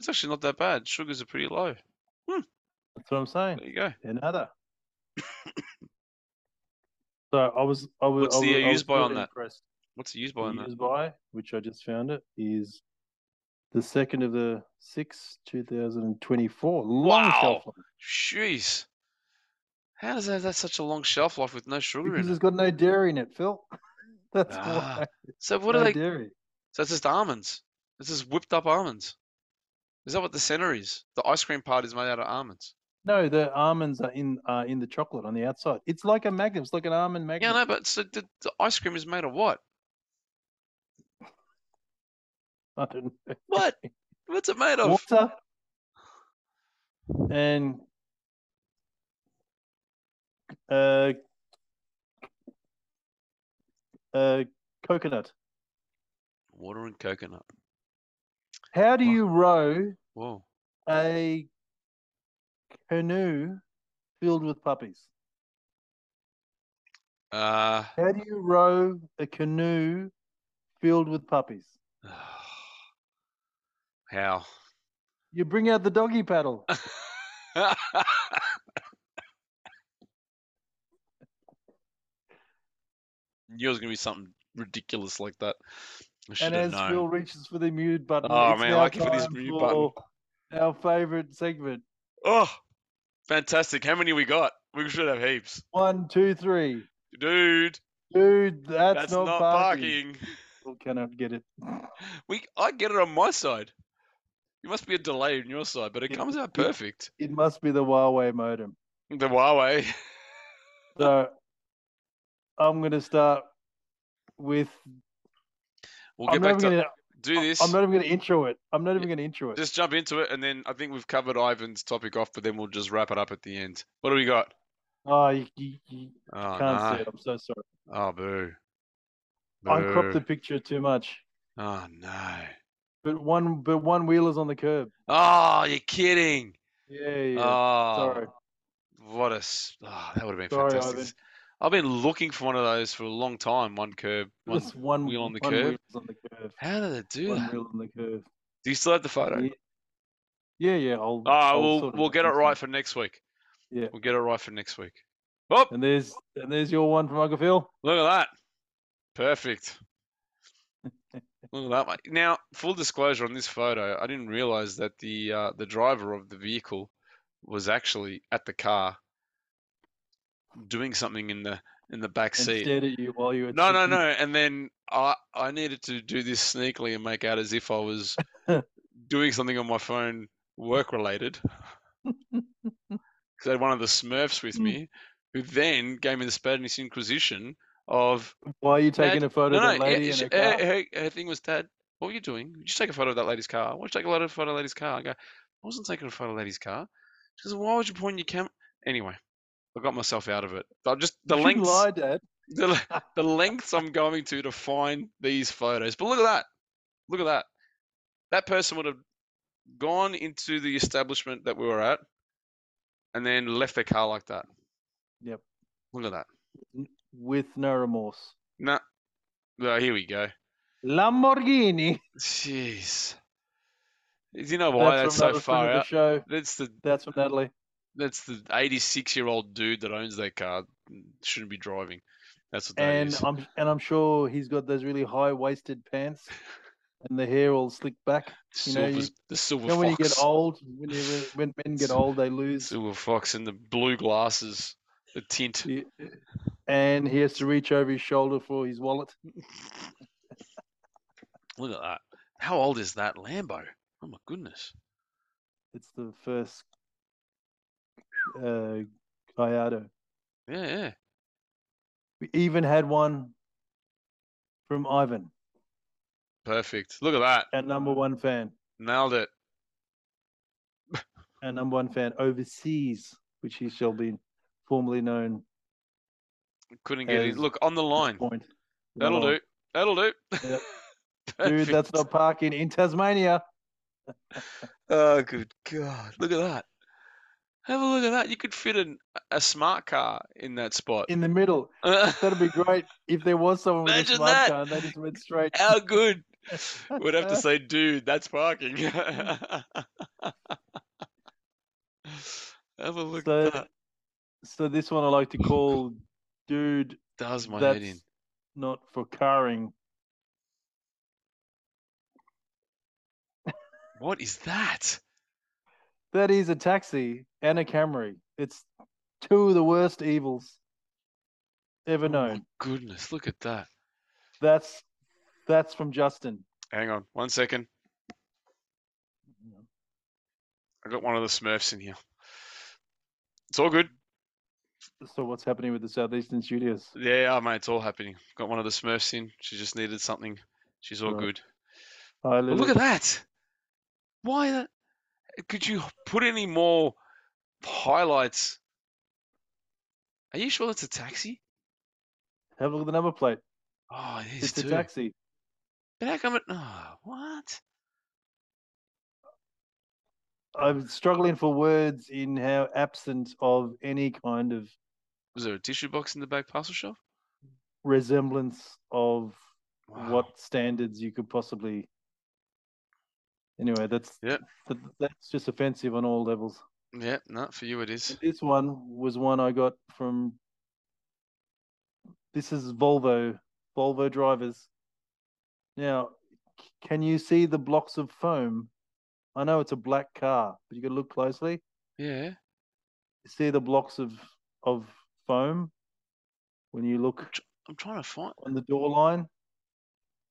Speaker 2: It's actually not that bad. Sugars are pretty low.
Speaker 3: That's what I'm saying.
Speaker 2: There you go.
Speaker 3: Another. so I was I was
Speaker 2: What's
Speaker 3: I
Speaker 2: the,
Speaker 3: was,
Speaker 2: uh,
Speaker 3: I was
Speaker 2: used by on
Speaker 3: really
Speaker 2: that?
Speaker 3: impressed.
Speaker 2: What's the use
Speaker 3: The
Speaker 2: by on that?
Speaker 3: used by, which I just found it, is the second of the sixth, two thousand and twenty-four. Long
Speaker 2: Wow.
Speaker 3: shelf life.
Speaker 2: Jeez. How does that have that such a long shelf life with no sugar
Speaker 3: because
Speaker 2: in
Speaker 3: it's
Speaker 2: it?
Speaker 3: got no dairy in it, Phil. That's
Speaker 2: Ah,
Speaker 3: why.
Speaker 2: So what
Speaker 3: no
Speaker 2: are they?
Speaker 3: dairy.
Speaker 2: So it's just almonds. It's just whipped up almonds. Is that what the center is? The ice cream part is made out of almonds.
Speaker 3: No, the almonds are in uh, in the chocolate on the outside. It's like a magnum. It's like an almond
Speaker 2: Yeah,
Speaker 3: magnum.
Speaker 2: no, but so the, the ice cream is made of what?
Speaker 3: I don't know.
Speaker 2: What? What's it made of?
Speaker 3: Water and uh, uh, coconut.
Speaker 2: Water and coconut.
Speaker 3: How do
Speaker 2: Wow.
Speaker 3: you row
Speaker 2: Whoa.
Speaker 3: a canoe filled with puppies?
Speaker 2: Uh,
Speaker 3: How do you row a canoe filled with puppies?
Speaker 2: how?
Speaker 3: You bring out the doggy paddle.
Speaker 2: Knew it was gonna be something ridiculous like that. I should
Speaker 3: And
Speaker 2: have
Speaker 3: as
Speaker 2: known.
Speaker 3: Phil reaches for the mute button,
Speaker 2: Oh,
Speaker 3: it's
Speaker 2: man,
Speaker 3: now
Speaker 2: lucky for this
Speaker 3: time
Speaker 2: mute button.
Speaker 3: for Our favorite segment.
Speaker 2: Oh, fantastic! How many we got? We should have heaps,
Speaker 3: One, two, three.
Speaker 2: dude.
Speaker 3: Dude, that's,
Speaker 2: That's,
Speaker 3: not,
Speaker 2: not
Speaker 3: parking.
Speaker 2: parking.
Speaker 3: People cannot get it.
Speaker 2: We, I get it on my side. You must be a delay on your side, but it
Speaker 3: Yeah.
Speaker 2: comes out
Speaker 3: Yeah.
Speaker 2: perfect.
Speaker 3: It must be the Huawei modem.
Speaker 2: The Huawei.
Speaker 3: So I'm going to start with.
Speaker 2: We'll
Speaker 3: I'm
Speaker 2: get
Speaker 3: not,
Speaker 2: back
Speaker 3: even
Speaker 2: to
Speaker 3: gonna,
Speaker 2: do this.
Speaker 3: I'm not even going to intro it. I'm not
Speaker 2: Yeah,
Speaker 3: even going to intro it.
Speaker 2: Just jump into it, and then I think we've covered Ivan's topic off, but then we'll just wrap it up at the end. What do we got?
Speaker 3: oh, you, you, you
Speaker 2: Oh,
Speaker 3: can't
Speaker 2: no.
Speaker 3: see it. I'm so sorry.
Speaker 2: oh boo.
Speaker 3: I cropped
Speaker 2: Boo.
Speaker 3: the picture too much.
Speaker 2: Oh, no.
Speaker 3: But one, but one wheeler's on the curb.
Speaker 2: Oh, you're kidding.
Speaker 3: Yeah, yeah.
Speaker 2: Oh,
Speaker 3: sorry.
Speaker 2: What a. s- Oh, that would have been
Speaker 3: Sorry,
Speaker 2: fantastic.
Speaker 3: Ivan.
Speaker 2: s- I've been looking for one of those for a long time. One curb. One...
Speaker 3: Just one
Speaker 2: wheel on the
Speaker 3: one
Speaker 2: curve.
Speaker 3: wheel's on the curve.
Speaker 2: How did it do
Speaker 3: One
Speaker 2: that?
Speaker 3: wheel on the curve.
Speaker 2: Do you still have the photo?
Speaker 3: Yeah. Yeah, yeah. I'll.
Speaker 2: Oh,
Speaker 3: I'll
Speaker 2: we'll
Speaker 3: sort of
Speaker 2: we'll get it
Speaker 3: reference
Speaker 2: right for next week.
Speaker 3: Yeah.
Speaker 2: We'll get it right for next week. Oh,
Speaker 3: And there's and there's your one from Uncle Phil.
Speaker 2: look at that. Perfect. Look at that one. Now, full disclosure on this photo, I didn't realize that the uh, the driver of the vehicle was actually at the car doing something in the in the back
Speaker 3: And
Speaker 2: seat.
Speaker 3: stared at you while you were.
Speaker 2: No, no,
Speaker 3: thinking.
Speaker 2: no. And then I I needed to do this sneakily and make out as if I was doing something on my phone work related. Because I had one of the Smurfs with
Speaker 3: Mm.
Speaker 2: me, who then gave me the Spanish Inquisition of
Speaker 3: Why are you
Speaker 2: Dad,
Speaker 3: taking a photo
Speaker 2: no, eh, no,
Speaker 3: of that
Speaker 2: yeah,
Speaker 3: lady
Speaker 2: sh-
Speaker 3: in her
Speaker 2: her,
Speaker 3: car?
Speaker 2: her- her thing was, Dad, what were you doing? Did you take a photo of that lady's car? Why did you take a lot of photo of that lady's car? I go, I wasn't taking a photo of that lady's car. She goes, why would you point your camera? Anyway, I got myself out of it. I just the
Speaker 3: you
Speaker 2: lengths
Speaker 3: lie, Dad.
Speaker 2: the, le- the lengths I'm going to to find these photos. But look at that. Look at that. That person would have gone into the establishment that we were at and then left their car like that.
Speaker 3: Yep.
Speaker 2: Look at that.
Speaker 3: With no remorse.
Speaker 2: Nah. Oh, here we go.
Speaker 3: Lamborghini.
Speaker 2: Jeez. You know why that's, so
Speaker 3: from, that was from
Speaker 2: far
Speaker 3: the
Speaker 2: out?
Speaker 3: show.
Speaker 2: That's the
Speaker 3: That's from Natalie.
Speaker 2: that's the 86 year old dude that owns that car shouldn't be driving. That's what that
Speaker 3: And uh,
Speaker 2: is.
Speaker 3: I'm and I'm sure he's got those really high waisted pants and the hair all slicked back. you know, you-
Speaker 2: Silver's- the silver
Speaker 3: You know when you get
Speaker 2: fox.
Speaker 3: old, when you re- when men get old, they lose,
Speaker 2: Silver Fox and the blue glasses, the tint.
Speaker 3: Yeah. and he has to reach over his shoulder for his wallet.
Speaker 2: Look at that. How old is that Lambo? Oh my goodness.
Speaker 3: It's the first uh, Gallardo.
Speaker 2: Yeah, yeah.
Speaker 3: We even had one from Ivan,
Speaker 2: Perfect. Look at that.
Speaker 3: our number one fan,
Speaker 2: Nailed it.
Speaker 3: our number one fan overseas, which he shall be formerly known.
Speaker 2: Couldn't get it.
Speaker 3: As-
Speaker 2: Look on the
Speaker 3: at this
Speaker 2: line.
Speaker 3: Point.
Speaker 2: That'll do. That'll do.
Speaker 3: Yep. Dude, that's
Speaker 2: Perfect.
Speaker 3: not parking in Tasmania.
Speaker 2: Oh, good God. Look at that. Have a look at that. You could fit an, a smart car in that spot.
Speaker 3: In the middle. That'd be great if there was someone with
Speaker 2: Imagine
Speaker 3: a smart
Speaker 2: that.
Speaker 3: car and they just went straight.
Speaker 2: How good. We'd have to say, dude, that's parking. Have a look
Speaker 3: So-
Speaker 2: at that.
Speaker 3: So this one I like to call, dude,
Speaker 2: Does my head in.
Speaker 3: that's not for carring.
Speaker 2: What is that?
Speaker 3: That is a taxi and a Camry. It's two of the worst evils ever
Speaker 2: Oh my
Speaker 3: known.
Speaker 2: goodness, look at that.
Speaker 3: That's that's from Justin.
Speaker 2: Hang on one second. I got one of the Smurfs in here. It's all good.
Speaker 3: So what's happening with the Southeastern Studios?
Speaker 2: Yeah, oh, mate, it's all happening. Got one of the Smurfs in. She just needed something. She's all
Speaker 3: Right.
Speaker 2: good.
Speaker 3: Hi,
Speaker 2: But
Speaker 3: Lily.
Speaker 2: look at that. Why the, could you put any more highlights? Are you sure that's a taxi?
Speaker 3: Have a look at the number plate.
Speaker 2: Oh, it is
Speaker 3: It's a
Speaker 2: too.
Speaker 3: taxi.
Speaker 2: But how come it? Oh, what?
Speaker 3: I'm struggling for words in how absent of any kind of
Speaker 2: Was there a tissue box in the back parcel shop?
Speaker 3: resemblance of
Speaker 2: Wow.
Speaker 3: what standards you could possibly. Anyway, that's
Speaker 2: Yeah.
Speaker 3: th- that's just offensive on all levels.
Speaker 2: Yeah, no, for you it is.
Speaker 3: And This one was one I got from. This is Volvo, Volvo drivers. Now, c- can you see the blocks of foam? I know it's a black car, but you got to look closely.
Speaker 2: Yeah.
Speaker 3: See the blocks of of foam when you look
Speaker 2: I'm trying to find.
Speaker 3: on the door line.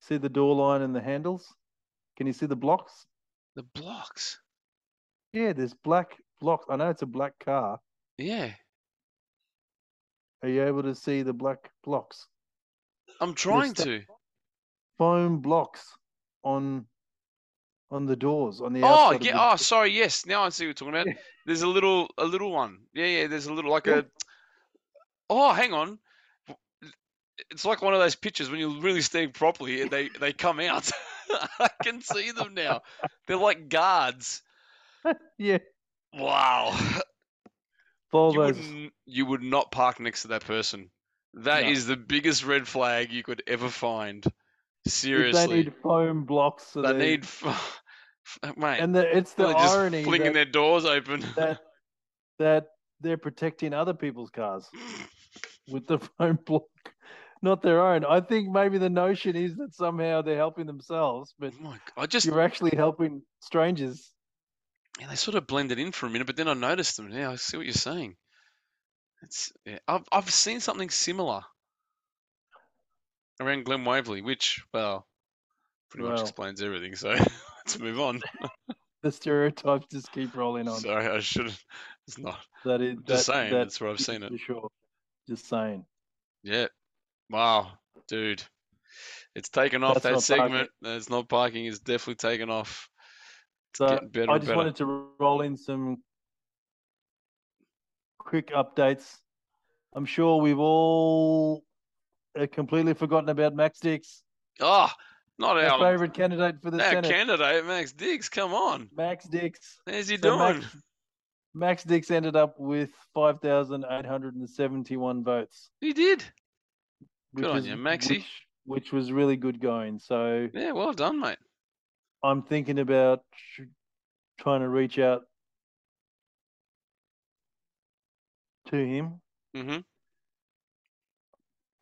Speaker 3: See the door line and the handles. Can you see the blocks?
Speaker 2: The blocks.
Speaker 3: Yeah, there's black blocks. I know it's a black car.
Speaker 2: Yeah.
Speaker 3: Are you able to see the black blocks?
Speaker 2: I'm trying
Speaker 3: sta-
Speaker 2: to.
Speaker 3: Foam blocks on on the doors on the
Speaker 2: Oh,
Speaker 3: outside. of
Speaker 2: yeah.
Speaker 3: the-
Speaker 2: Oh, sorry. Yes. Now I see what you're talking about. There's a little, a little one. Yeah, yeah. There's a little, like
Speaker 3: Yeah.
Speaker 2: a. Oh, hang on. It's like one of those pictures when you really stare properly, and they they come out. I can see them now. They're like guards.
Speaker 3: yeah.
Speaker 2: Wow. You would,
Speaker 3: Volvos.
Speaker 2: n- you would not park next to that person. That is
Speaker 3: No.
Speaker 2: the biggest red flag you could ever find.
Speaker 3: If
Speaker 2: Seriously.
Speaker 3: they need foam blocks. So
Speaker 2: they
Speaker 3: they
Speaker 2: need f- f- mate.
Speaker 3: and the, it's the
Speaker 2: they're just
Speaker 3: irony
Speaker 2: flinging
Speaker 3: that,
Speaker 2: their doors open.
Speaker 3: that that they're protecting other people's cars
Speaker 2: Oh
Speaker 3: with the foam block, not their own. I think maybe the notion is that somehow they're helping themselves, but
Speaker 2: Oh my g- I just
Speaker 3: you're actually helping strangers.
Speaker 2: yeah, they sort of blended in for a minute, but then I noticed them. Now I see what you're saying. It's yeah, I've I've seen something similar around Glen Waverley, which well, pretty much
Speaker 3: Well.
Speaker 2: explains everything. So let's move on.
Speaker 3: The stereotypes just keep rolling on.
Speaker 2: Sorry, I should. not It's not.
Speaker 3: that is
Speaker 2: Just
Speaker 3: that-
Speaker 2: saying.
Speaker 3: that
Speaker 2: that's where I've
Speaker 3: is
Speaker 2: seen it.
Speaker 3: for sure. Just saying.
Speaker 2: Yeah. Wow, dude. It's taken off
Speaker 3: That's
Speaker 2: that
Speaker 3: not parking.
Speaker 2: segment. It's not parking. It's definitely taken off. It's
Speaker 3: So
Speaker 2: getting better
Speaker 3: Uh, I
Speaker 2: and
Speaker 3: just
Speaker 2: better.
Speaker 3: wanted to roll in some quick updates. I'm sure we've all uh, completely forgotten about Max Dix,
Speaker 2: Oh, not
Speaker 3: our
Speaker 2: our,
Speaker 3: favorite candidate for the
Speaker 2: our
Speaker 3: Senate.
Speaker 2: candidate, Max Diggs. Come on.
Speaker 3: Max Dix.
Speaker 2: How's he
Speaker 3: So
Speaker 2: doing?
Speaker 3: Max, Max Dix ended up with 5,871 votes,
Speaker 2: He did.
Speaker 3: which,
Speaker 2: Good on
Speaker 3: is,
Speaker 2: you, Maxi.
Speaker 3: which, which was really good going. So
Speaker 2: Yeah, well done, mate.
Speaker 3: I'm thinking about tr- trying to reach out to him
Speaker 2: Mm-hmm.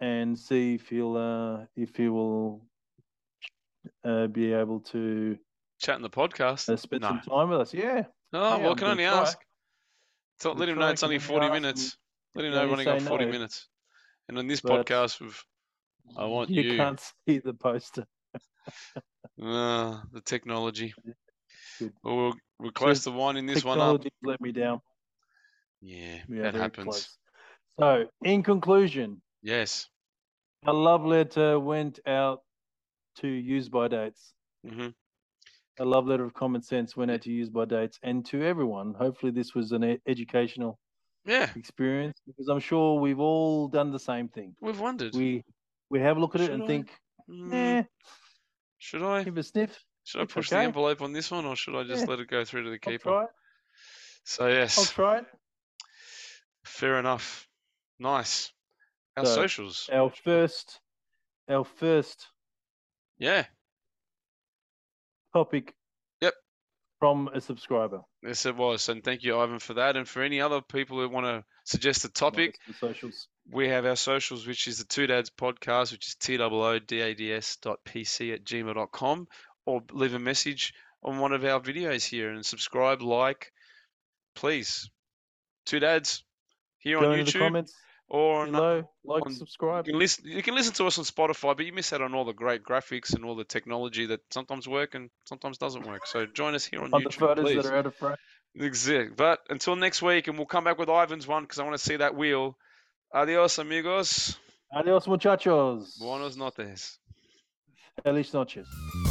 Speaker 3: and see if he'll uh, if he will uh, be able to
Speaker 2: Chatting the podcast.
Speaker 3: uh, spend
Speaker 2: no.
Speaker 3: some time with us. Yeah,
Speaker 2: Oh,
Speaker 3: Yeah,
Speaker 2: well,
Speaker 3: I'm
Speaker 2: can I
Speaker 3: gonna
Speaker 2: only
Speaker 3: try.
Speaker 2: ask? So
Speaker 3: gonna
Speaker 2: let him
Speaker 3: try,
Speaker 2: know it's
Speaker 3: can
Speaker 2: only
Speaker 3: only
Speaker 2: 40
Speaker 3: ask and
Speaker 2: minutes. Let him
Speaker 3: can
Speaker 2: know
Speaker 3: only
Speaker 2: we've only got
Speaker 3: say
Speaker 2: 40
Speaker 3: no.
Speaker 2: minutes. And on this
Speaker 3: But-
Speaker 2: podcast, we've, I want
Speaker 3: you,
Speaker 2: you.
Speaker 3: can't see the poster.
Speaker 2: uh, the technology.
Speaker 3: Good.
Speaker 2: Well, we're, we're close to winding this one up.
Speaker 3: Technology let me down.
Speaker 2: Yeah,
Speaker 3: Yeah,
Speaker 2: that
Speaker 3: very
Speaker 2: happens.
Speaker 3: close. So, in conclusion,
Speaker 2: Yes.
Speaker 3: our love letter went out to use by dates.
Speaker 2: Mm-hmm.
Speaker 3: a love letter of common sense went out to use by dates and to everyone. Hopefully, this was an e- educational
Speaker 2: Yeah,
Speaker 3: experience because I'm sure we've all done the same thing.
Speaker 2: we've wondered.
Speaker 3: We we have a look at it
Speaker 2: Should
Speaker 3: and
Speaker 2: I?
Speaker 3: think,
Speaker 2: Mm,
Speaker 3: eh,
Speaker 2: should I?
Speaker 3: give it a sniff.
Speaker 2: Should I
Speaker 3: It's
Speaker 2: push the
Speaker 3: okay.
Speaker 2: envelope on this one, or should I just
Speaker 3: Yeah.
Speaker 2: let it go through to the
Speaker 3: I'll
Speaker 2: keeper?
Speaker 3: try it.
Speaker 2: So
Speaker 3: I'll
Speaker 2: yes,
Speaker 3: try it.
Speaker 2: fair enough. Nice. Our
Speaker 3: So,
Speaker 2: socials.
Speaker 3: Our first, our first
Speaker 2: Yeah,
Speaker 3: topic.
Speaker 2: Yep.
Speaker 3: From a subscriber.
Speaker 2: yes it was. And thank you, Ivan, for that. And for any other people who want to suggest a topic,
Speaker 3: The socials.
Speaker 2: we have our socials, which is the Two Dads podcast, which is t-o-o-d-a-d-s dot pc at gmail.com, or leave a message on one of our videos here and subscribe, like, please. Two Dads here
Speaker 3: Go
Speaker 2: on
Speaker 3: into the
Speaker 2: YouTube
Speaker 3: comments
Speaker 2: or on
Speaker 3: below. Like,
Speaker 2: on-
Speaker 3: subscribe.
Speaker 2: You can listen. You can listen to us on Spotify, but you miss out on all the great graphics and all the technology that sometimes work and sometimes doesn't work. So join us here on,
Speaker 3: On the
Speaker 2: YouTube,
Speaker 3: photos
Speaker 2: please.
Speaker 3: that are out of frame.
Speaker 2: Exact. But until next week, and we'll come back with Ivan's one because I want to see that wheel. Adios, amigos.
Speaker 3: Adios, muchachos.
Speaker 2: Buenos noches.
Speaker 3: Feliz noches.
Speaker 1: Thank